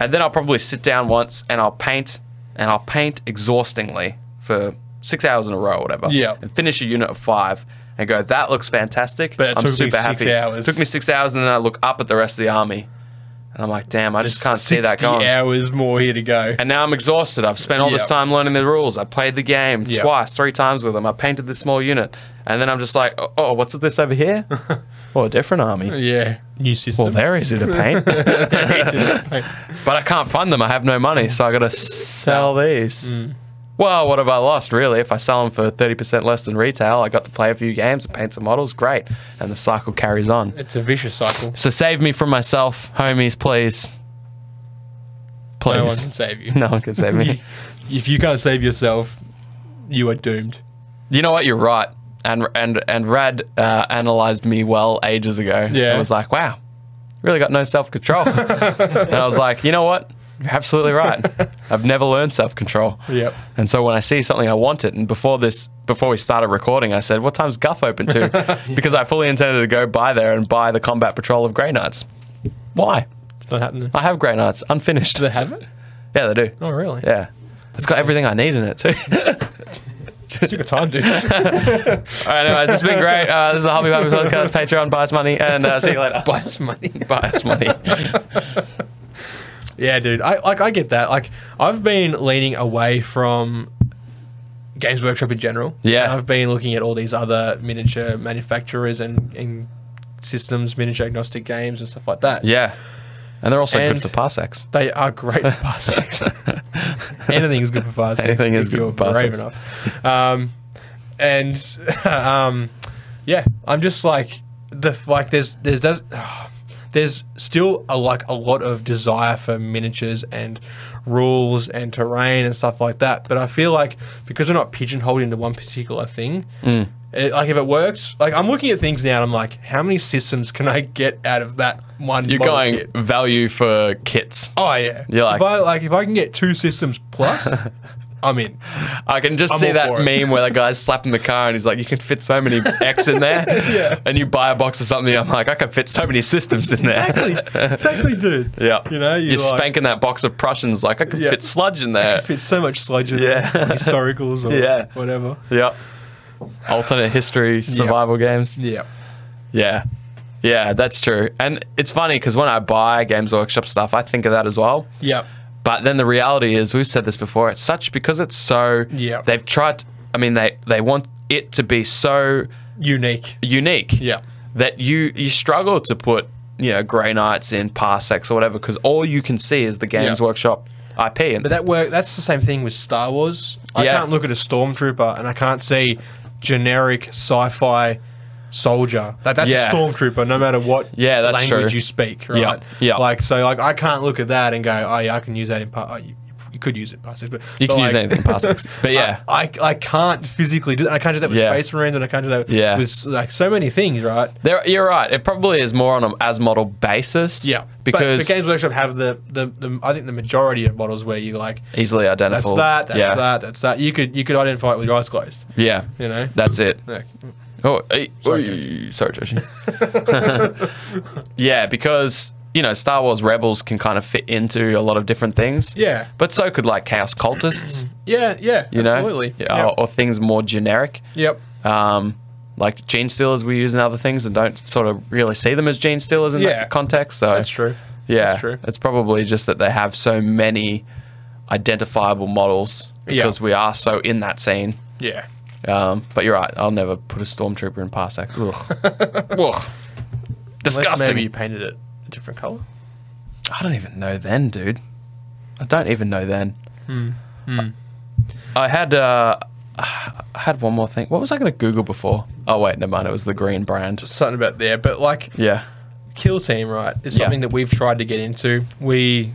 and then I'll probably sit down once and I'll paint and I'll paint exhaustingly for six hours in a row or whatever. Yep. And finish a unit of five and go. That looks fantastic. But it I'm took me super six happy. hours. Took me six hours and then I look up at the rest of the army, and I'm like, damn, I just can't see that 60 going. hours more here to go. And now I'm exhausted. I've spent all this Yep. time learning the rules. I played the game Yep. twice, three times with them. I painted this small unit. And then I'm just like, oh, oh what's with this over here? oh, a different army. yeah, new Well, system. they're easy to paint. but I can't fund them. I have no money. So I got to sell these. Well, what have I lost, really? If I sell them for 30% less than retail, I got to play a few games and paint some models. Great. And the cycle carries on. it's a vicious cycle. So save me from myself, homies, please. No one Please. can save you. (laughs) No one can (laughs) save me. If you can't save yourself, you are doomed. You know what? You're right. And and and Rad uh, analyzed me well ages ago. Yeah. (laughs) I was like, wow, really got no self control. and I was like, you know what? You're absolutely right. I've never learned self control. Yep. And so when I see something, I want it. And before this, before we started recording, I said, "What time's Guff (laughs) open to?" Because I fully intended to go by there and buy the Combat Patrol of Grey Knights. Why? It's not happening. I have Grey Knights unfinished. Do they have it? Yeah, they do. Oh, really? Yeah, it's got everything I need in it too. (laughs) Took your time, (laughs) dude. All right, anyways, it's been great. Uh, this is the Hobby Hobby Podcast. Patreon, buy us money, and uh, see you later. Buy us money. buy us money. Yeah, dude. I like I get that. Like I've been leaning away from Games Workshop in general. Yeah. And I've been looking at all these other miniature manufacturers and, and systems, miniature agnostic games and stuff like that. (laughs) Yeah, and they're also And- good for parsecs. They are great for (laughs) parsecs. Anything is good for parsecs. Anything is if good you're for brave parsecs. enough. Um, and (laughs) um, yeah, I'm just like the like. There's there's (sighs) does. There's still a, like a lot of desire for miniatures and rules and terrain and stuff like that, but I feel like because we're not pigeonholed into one particular thing, Mm. it, like if it works, like I'm looking at things now and I'm like, how many systems can I get out of that one? You're model going kit? value for kits. Oh yeah. You're like- if I like if I can get two systems (laughs) plus, I'm in. I can just I'm see all that for it. meme where the guy's slapping the car and he's like, "You can fit so many X in there," (laughs) Yeah. and you buy a box of something. I'm like, "I can fit so many systems in there." Exactly. exactly, dude. (laughs) Yeah. You know, you're, you're, like, spanking that box of Prussians like I can Yeah. fit sludge in there. Fits so much sludge in Yeah. there, historicals or (laughs) Yeah. whatever. Yep. Alternate history survival games. Yeah. Yeah. Yeah, that's true. And it's funny because when I buy Games Workshop stuff, I think of that as well. Yep. But then the reality is, we've said this before. It's such because it's so. Yeah. They've tried. I mean, they they want it to be so Unique. unique. Yeah. That you you struggle to put you know Grey Knights in parsecs or whatever because all you can see is the Games Yeah. Workshop IP. And But that work that's the same thing with Star Wars. I Yeah. can't look at a stormtrooper and I can't see generic sci-fi soldier. Like that's Yeah. a stormtrooper no matter what Yeah, that's language true. you speak, right? Yeah, yeah. Like so like I can't look at that and go, "Oh yeah, I can use that in part." Oh, you, you could use it past this, but you but, can use like- anything (laughs) parsecs. But yeah. I, I, I can't physically do that. I can't do that with Yeah. Space Marines, and I can't do that Yeah. with like so many things, right? There, you're right. It probably is more on an as model basis. because because but, the Games Workshop have the, the the I think the majority of models where you like easily that's identifiable. that, that's yeah, that, that's that. You could you could identify it with your eyes closed. yeah, You know, that's it. Like, Oh, hey, Sorry, ooh, sorry, Josh. (laughs) yeah, because you know Star Wars Rebels can kind of fit into a lot of different things. Yeah. but so could like Chaos (clears throat) Cultists. yeah, yeah, You know, absolutely. Yeah, oh. Or, or things more generic. Yep. Um, like gene stealers we use in other things and don't sort of really see them as gene stealers in Yeah. that context. So That's true. Yeah, That's true. It's probably just that they have so many identifiable models because we are so in that scene. yeah. Um, but you're right. I'll never put a stormtrooper in parsec. Ugh. (laughs) Ugh. Unless Disgusting. maybe you painted it a different color. I don't even know then, dude. I don't even know then. Hmm. I had uh, I had one more thing. What was I going to Google before? Oh wait, never mind. It was the green brand. Something about there, but like Yeah, Kill Team, right, is Yeah. something that we've tried to get into. We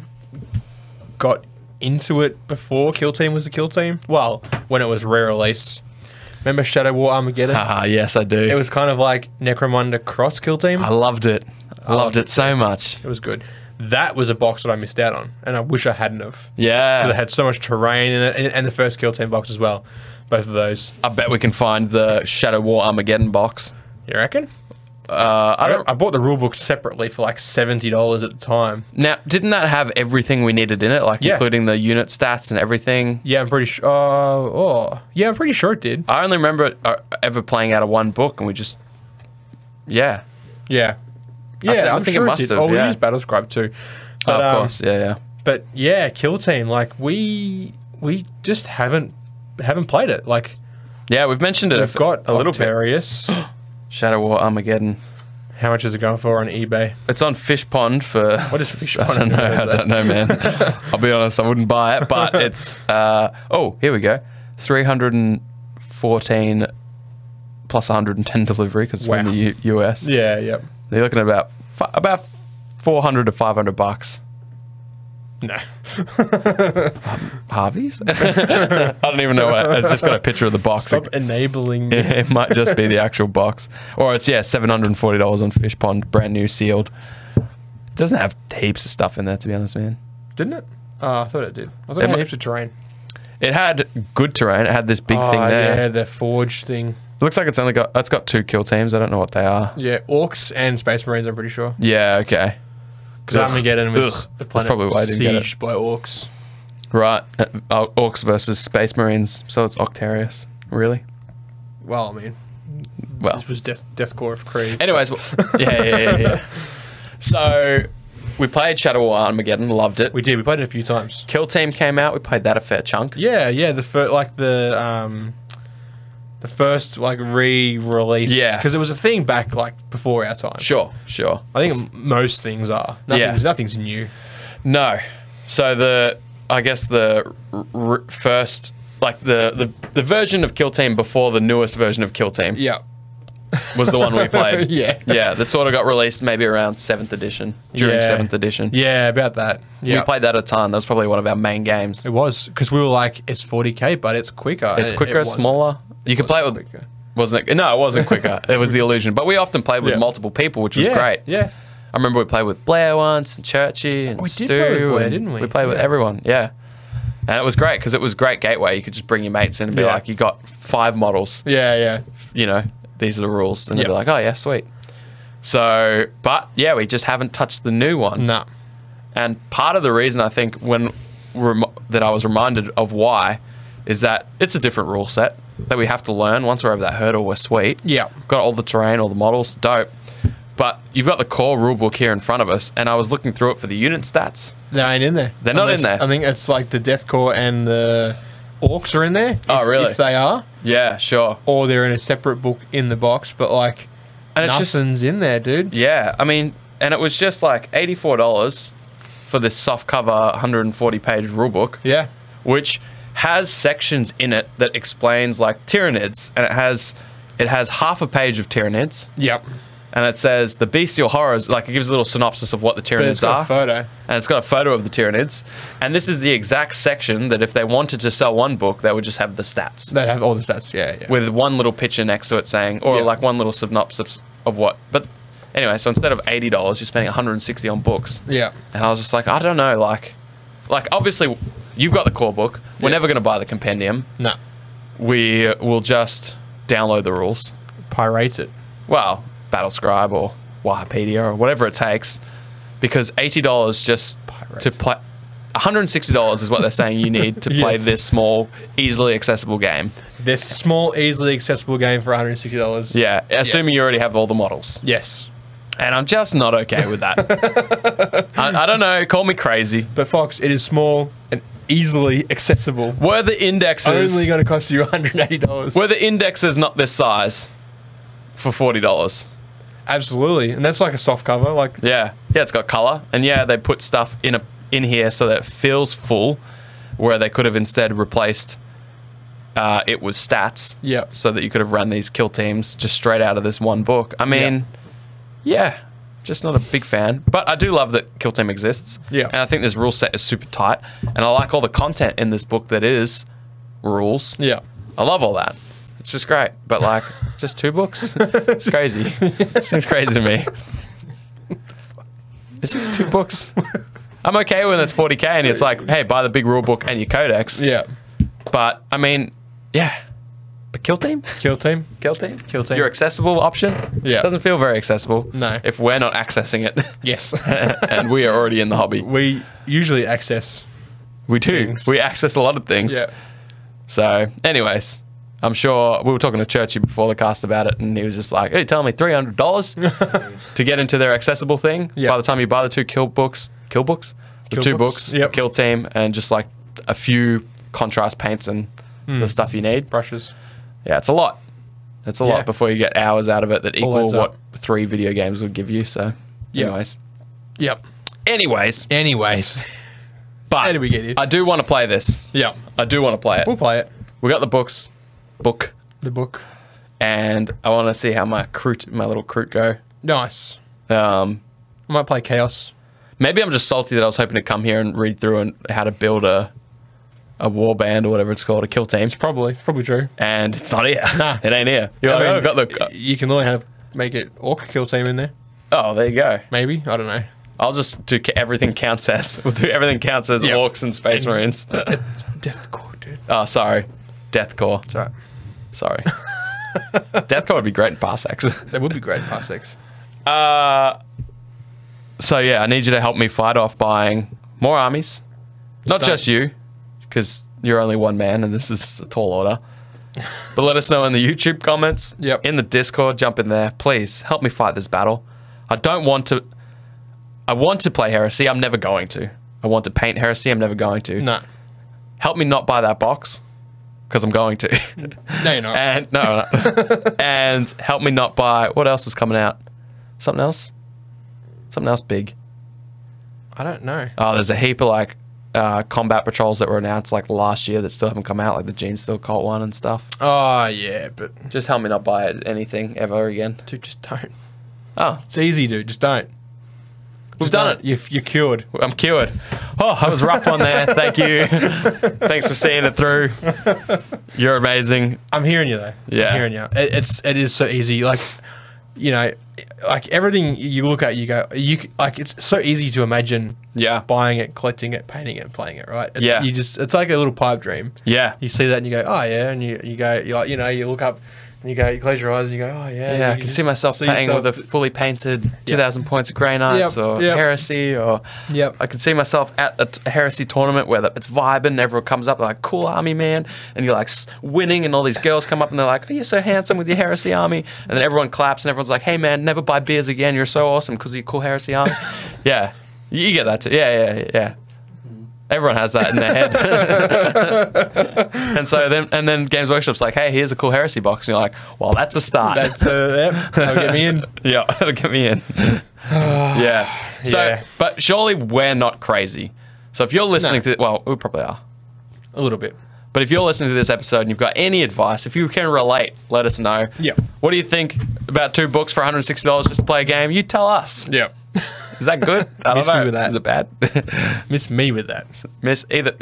got into it before Kill Team was a Kill Team. Well, when it was re-released. Remember Shadow War (laughs) Armageddon? haha. Ah, Yes, I do. It was kind of like Necromunda cross Kill Team. I loved it. I loved loved it so much. it was good. That was a box that I missed out on, and I wish I hadn't have. Because it Yeah, had so much terrain in it, and, and the first Kill Team box as well. Both of those. I bet we can find the Shadow War Armageddon box. You reckon? Uh, I I, don't I bought the rule book separately for like seventy dollars at the time. now. Didn't that have everything we needed in it, like Yeah. including the unit stats and everything? Yeah, I'm pretty sure. oh, yeah, I'm pretty sure it did. I only remember it, uh, ever playing out of one book, and we just, yeah, Yeah. Yeah, I, th- I am think it sure it must did. have, Oh, yeah. we used Battlescribe too. Oh, But, of um, course, yeah, yeah, But yeah, Kill Team, like we we just haven't haven't played it. Like yeah. We've mentioned it. we've got a little bit. Octarius. (gasps) Shadow War Armageddon. How much is it going for on eBay? It's on Fish Pond for. What is Fish (laughs) I don't Pond? know. I don't (laughs) know, man. I'll be honest. I wouldn't buy it, but it's. Uh, oh, here we go. Three hundred and fourteen plus one hundred and ten delivery because we're in Wow. the U- US. Yeah, yep. They're looking at about fi- about four hundred to five hundred bucks. No. (laughs) (laughs) Harvey's. I don't even know what. It's just got a picture of the box. Stop enabling me. (laughs) it might just be the actual box, or it's yeah, seven hundred and forty dollars on Fish Pond, brand new, sealed. It doesn't have heaps of stuff in there, to be honest, man. Didn't it? Uh, I thought it did. I thought It it had mu- heaps of terrain. It had good terrain. It had this big thing Ah, there. Yeah, the forge thing. Looks like it's only got it's got two kill teams. I don't know what they are. Yeah, orcs and space marines. I'm pretty sure Yeah, okay. because Ugh. Armageddon was Ugh. the That's planet probably why I didn't get it. sieged by orcs. Right. Uh, uh, orcs versus space marines. So it's Octarius. Really? Well, I mean, Well. this was death, deathcore of Creed. (laughs) Anyways, w- yeah, yeah, yeah, yeah. So we played Shadow War Armageddon, loved it. we did. We played it a few times. Kill Team came out, we played that a fair chunk. Yeah, yeah. The first, like the um, the first like re-release. Yeah. because it was a thing back like before our time. Sure, sure. I think m- most things are. Nothing's, Yeah. nothing's new. No. So the I guess the r- r- first like the, the the version of Kill Team before the newest version of Kill Team Yeah. was the (laughs) one we played. Yeah. Yeah, that sort of got released maybe around 7th edition, during Yeah. 7th edition. Yeah, about that. Yeah. We played that a ton. That was probably one of our main games. It was because we were like, it's 40k, but it's quicker. And It's it- quicker, it wasn't. smaller. You can play it with. quicker. Wasn't it? No, (laughs) it wasn't quicker. it was the illusion. But we often played with Yeah. multiple people, which was yeah, great. Yeah. I remember we played with Blair once and Churchy and We did Stu. play with Blair, and didn't we? We played with Yeah. everyone. Yeah. And it was great because it was great gateway. You could just bring your mates in and be Yeah. like, you got five models. Yeah, yeah. You know, these are the rules. And they'd be Yep. like, oh, yeah, sweet. So, but yeah, we just haven't touched the new one. Nah. And part of the reason I think when rem- that I was reminded of why is that it's a different rule set that we have to learn. Once we're over that hurdle, we're sweet. Yeah. Got all the terrain, all the models, dope. But you've got the core rule book here in front of us, and I was looking through it for the unit stats. They ain't in there. They're not in there. I think it's like the deathcore and the orcs are in there. Oh, if- really? If they are, Yeah, sure. or they're in a separate book in the box, but like And it's nothing's just, in there, dude. yeah, I mean, and it was just like $84 for this soft cover 140 page rule book. Yeah. which has sections in it that explains like tyrannids and it has it has half a page of tyrannids Yep. and it says the bestial horrors like it gives a little synopsis of what the But it's tyrannids got are a photo. and it's got a photo of the tyrannids and this is the exact section that if they wanted to sell one book they would just have the stats They have all the stats. Yeah, yeah. with one little picture next to it saying or Yeah. like one little synopsis of what but anyway so instead of $80 you're spending 160 on books yeah. and I was just like, I don't know, like, like obviously, you've got the core book. We're Yeah. never going to buy the compendium. No. We will just download the rules. Pirate it. Well, Battlescribe or Wikipedia or whatever it takes, because eighty dollars just to play. One hundred and sixty dollars is what they're saying you need to (laughs) play Yes. this small, easily accessible game. This small, easily accessible game for $160. Yeah, assuming Yes. you already have all the models. Yes. And I'm just not okay with that. (laughs) I, I don't know. Call me crazy. But Fox, it is small and easily accessible. Were the indexes Only going to cost you (laughs) $180. Were the indexes not this size for forty dollars? Absolutely. And that's like a soft cover. Like, Yeah, yeah, it's got color, and yeah, they put stuff in a in here so that it feels full, where they could have instead replaced uh, it with stats. Yeah. so that you could have run these kill teams just straight out of this one book. I mean, yeah. Just not a big fan, but I do love that Kill Team exists. Yeah. and I think this rule set is super tight, and I like all the content in this book that is rules. yeah. I love all that. It's just great. But (laughs) like, just two (laughs) books? It's crazy. Seems crazy to me. It's just two books. I'm okay when it's 40k and it's like, hey, buy the big rule book and your codex. Yeah. But I mean, yeah. But kill team, Kill team? kill team, kill Team. Your accessible option. Yeah. Doesn't feel very accessible. No. If we're not accessing it. Yes. (laughs) (laughs) and we are already in the hobby. we usually access. We do. Things. We access a lot of things. Yeah. So, anyways, I'm sure we were talking to Churchy before the cast about it, and he was just like, "Hey, tell me three (laughs) hundred dollars to get into their accessible thing. Yeah. By the time you buy the two kill books, kill books, the Kill two books, books, yep. kill team, and just like a few contrast paints and Hmm. the stuff you need. Brushes. Yeah, it's a lot. It's a Yeah. lot before you get hours out of it that equal adds what up. three video games would give you. So, Yeah. anyways, Yep. anyways, Anyways. but How do we get here? I do want to play this. (laughs) yeah. I do want to play it. We'll play it. We got the books, book, The book. and I want to see how my croot, my little croot go. Nice. Um, I might play Chaos. maybe I'm just salty that I was hoping to come here and read through and how to build a a war band or whatever it's called, a kill team, Probably. Probably true. and it's not (laughs) here. Nah. it ain't here. You're I like, mean, oh, I got the. You can only have make it Orc Kill team in there. Oh, there you go. Maybe. I don't know. I'll just do ca- everything counts as. (laughs) We'll do everything counts as Yep. orcs and (laughs) space marines. Deathcore, dude. oh, sorry, deathcore. Sorry. (laughs) Sorry, deathcore would be great in parsecs. That would be great in parsecs. So yeah, I need you to help me fight off buying more armies. Not Start- just you, because you're only one man and this is a (laughs) tall order. but let us know in the YouTube comments, Yep. in the Discord, jump in there. Please help me fight this battle. I don't want to I want to play Heresy, I'm never going to. I want to paint Heresy, I'm never going to. No. Help me not buy that box, because I'm going to. No, you're not. (laughs) and no, (laughs) no. and help me not buy what else is coming out? Something else? Something else big. I don't know. Oh, there's a heap of like uh, combat patrols that were announced like last year that still haven't come out, like the Gene Steel Cult one and stuff. Oh, yeah, but Just help me not buy it- anything ever again. dude, just don't. Oh, It's easy, dude. Just don't. we've done it. You, you're cured. I'm cured. Oh, I was rough on there. Thank (laughs) you. Thanks for seeing it through. You're amazing. I'm hearing you though. Yeah. I'm hearing you. It, it's it is so easy. Like, you know, like everything you look at, you go, you c- like it's so easy to imagine. Yeah. Buying it, collecting it, painting it, playing it, right? It's- Yeah. You just it's like a little pipe dream. Yeah. You see that and you go, oh yeah, and you you go, you like you know, you look up and you go, you close your eyes and you go, oh yeah. Yeah, you I can just see myself playing with a (laughs) yourself- fully painted 2,000 points of Grey Knights Yep, or yep. Heresy or. Yep. I can see myself at a t- Heresy tournament where the- it's vibing and everyone comes up, they're like, cool army man. And you're like s- winning, and all these girls come up and they're like, oh, you're so handsome with your Heresy army. And then everyone claps and everyone's like, hey man, never buy beers again. You're so awesome because of your cool (laughs) Heresy army. yeah. You you get that too. Yeah, yeah, yeah. Everyone has that in (laughs) their head. (laughs) and so then and then Games Workshop's like, hey, here's a cool heresy box. And you're like, well, that's a start. That's uh, yep. That'll get me in. Yeah, (laughs) that'll get (sighs) me in. yeah. So, Yeah. but surely we're not crazy. So if you're listening No. to, well, we probably are. A little bit. But if you're listening to this episode and you've got any advice, if you can relate, let us know. Yeah. What do you think about two books for $160 just to play a game? You tell us. Yep. Is that good? I (laughs) don't Miss me know. with that. Is it bad? (laughs) Miss me with that. Miss either.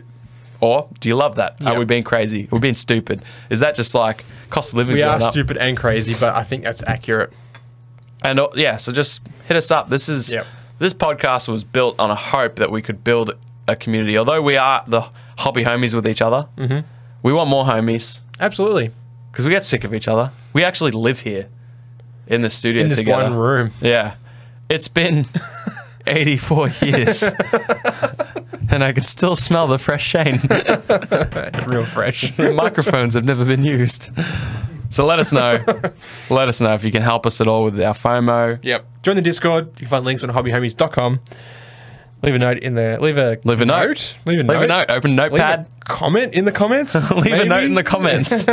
Or do you love that? Are Yeah. we being crazy? Are we being stupid? Is that just like cost of living? We are stupid and crazy, but I think that's accurate. And uh, yeah, so just hit us up. This is Yep. this podcast was built on a hope that we could build a community. Although we are the hobby homies with each other, mm-hmm. we want more homies Absolutely. because we get sick of each other. We actually live here in the studio In this together. one room. (laughs) Yeah, it's been 84 (laughs) years, and I can still smell the fresh Shane. Real fresh. The (laughs) microphones have never been used. So let us (laughs) know. let us know if you can help us at all with our FOMO. Yep. Join the Discord. You can find links on hobbyhomies.com. Leave a note in the leave a Leave a note. Leave a note. Leave a note. Open Leave notepad. a comment in the comments. (laughs) Leave a maybe? note in the (laughs) comments.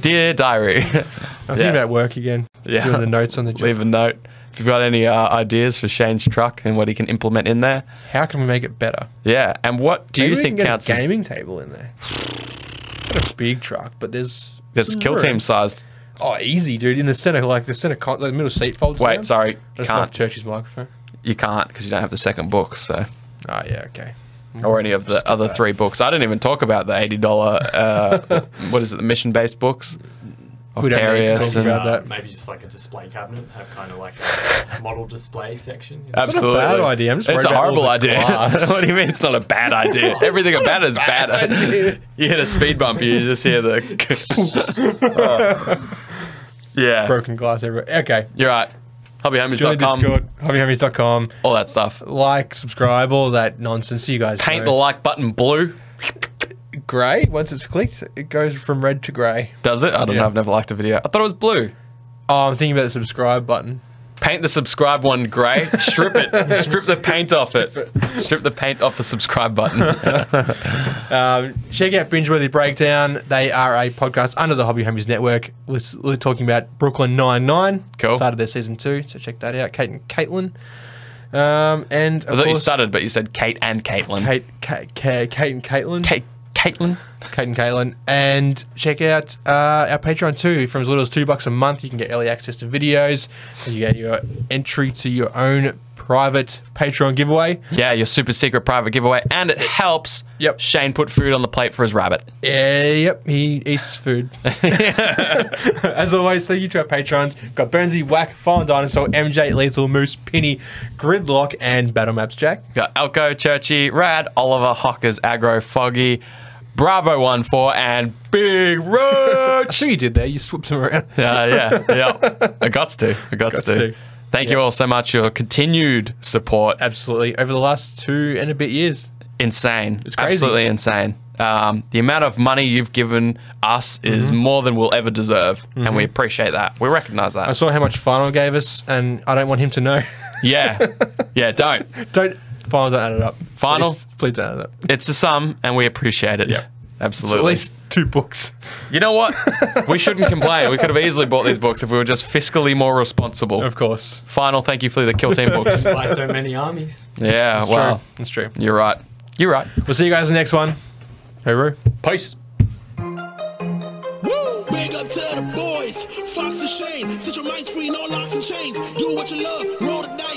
Dear diary. (laughs) I'm Yeah. thinking about work again. Yeah. Doing the notes on the job. Leave a note. If you've got any uh, ideas for Shane's truck and what he can implement in there. How can we make it better? Yeah. And what do Maybe you we think can get counts a as gaming table in there? (sighs) Not a big truck, but there's there's some kill room. team sized? Oh, easy, dude. In the center, like the center, con- like the middle seat folds. Wait, down. sorry. That's not can't. Church's microphone. You can't because you don't have the second book, so Oh yeah, okay. or any of the other that. three books. I didn't even talk about the eighty dollar (laughs) uh, what is it, the mission based books? We don't need to Octarius talk about and, that. Maybe just like a display cabinet, have kind of like a model display section. Absolutely. bad idea. I'm just it's worried a about horrible all the idea. (laughs) glass. what do you mean it's not (laughs) a bad idea? Everything about it is bad. (laughs) you hit a speed bump, you just hear the. (laughs) (laughs) yeah. Broken glass everywhere. Okay. You're right. Join the Hobbyhomies.com. Discord. Hobbyhomies.com. All that stuff. Like, subscribe, all that nonsense. You guys Paint the know. like button blue. grey. Once it's clicked, it goes from red to grey. Does it? I don't Yeah. know. I've never liked a video. I thought it was blue. Oh, I'm thinking about the subscribe button. Paint the subscribe one grey. Strip (laughs) it. Strip the paint off it. Strip the paint off the subscribe button. Um, check out Bingeworthy Breakdown. They are a podcast under the Hobby Homies Network. We're, we're talking about Brooklyn Nine Nine. Cool. Started their season two, so check that out. Kate and Caitlin. Um, and of I thought you course, started, but you said Kate and Caitlin. Kate, Kate, Kate, Kate and Caitlin. Kate. Caitlin? Kate and Caitlin. And check out uh, our Patreon too. From as little as two bucks a month, you can get early access to videos. You get your entry to your own private Patreon giveaway. Yeah, your super secret private giveaway, and it helps. Yep. Shane put food on the plate for his rabbit. Yeah, yep, he eats food. (laughs) As always, thank you to our patrons. We've got Burnsy, Whack, Fallen Dinosaur, MJ, Lethal Moose, Penny, Gridlock, and Battle Maps Jack. Got Elko, Churchy, Rad, Oliver, Hockers, Agro, Foggy, Bravo One Four, and Big (laughs) Roach. I see you did there. You swapped them around. Uh, (laughs) yeah, yeah. I got to. I got Gots to. to. Thank you all so much. Your continued support. Absolutely. Over the last two and a bit years. Insane. It's crazy. Absolutely insane. Um, the amount of money you've given us Mm-hmm. is more than we'll ever deserve. And we appreciate that. We recognize that. I saw how much Final gave us, and I don't want him to know. (laughs) yeah. yeah, don't. don't Final don't add it up. Final? please, please don't add it up. It's a sum and we appreciate it. Yeah. So at Absolutely. least two books. you know what? we shouldn't complain. We could have easily bought these books if we were just fiscally more responsible. Of course. Final thank you for the Kill (laughs) Team books. Buy so many armies. yeah, It's wow. true. It's true. You're right. You're right. We'll see you guys in the next one. Hey, Roo. Peace. Woo! Big up to the boys, Fox and Shane. Set your minds free, no locks and chains. Do what you love, roll the dice.